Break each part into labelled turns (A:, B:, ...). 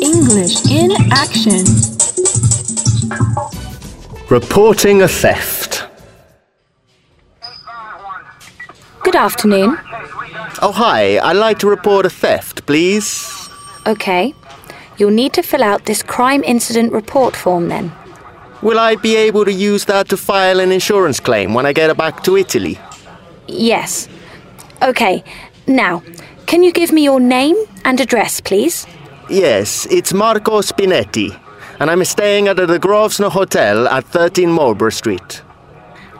A: English in action.
B: Reporting a theft.
C: Good afternoon.
B: Oh, hi. I'd like to report a theft, please.
C: Okay. You'll need to fill out this crime incident report form then.
B: Will I be able to use that to file an insurance claim when I get back to Italy?
C: Yes. Okay. Now, can you give me your name and address, please?
B: Yes, it's Marco Spinetti, and I'm staying at the Grosvenor Hotel at 13 Marlborough Street.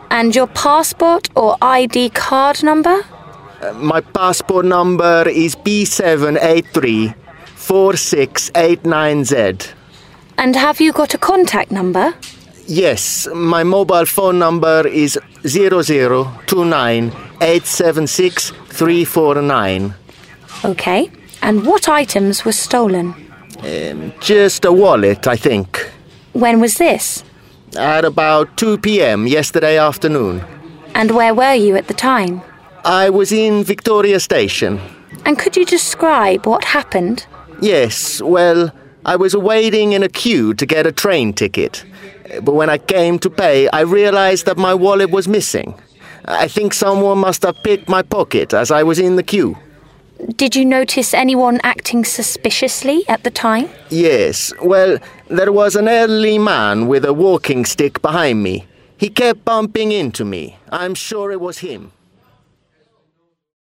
C: And your passport or ID card number?
B: Uh, My passport number is B783 4689Z.
C: And have you got a contact number?
B: Yes, my mobile phone number is 0029 876 349.
C: Okay. And what items were stolen?
B: Just a wallet, I think.
C: When was this?
B: At about 2 p.m. yesterday afternoon.
C: And where were you at the time?
B: I was in Victoria Station.
C: And could you describe what happened?
B: Yes, well, I was waiting in a queue to get a train ticket. But when I came to pay, I realized that my wallet was missing. I think someone must have picked my pocket as I was in the queue.
C: Did you notice anyone acting suspiciously at the time?
B: Yes, well, there was an elderly man with a walking stick behind me. He kept bumping into me. I'm sure it was him.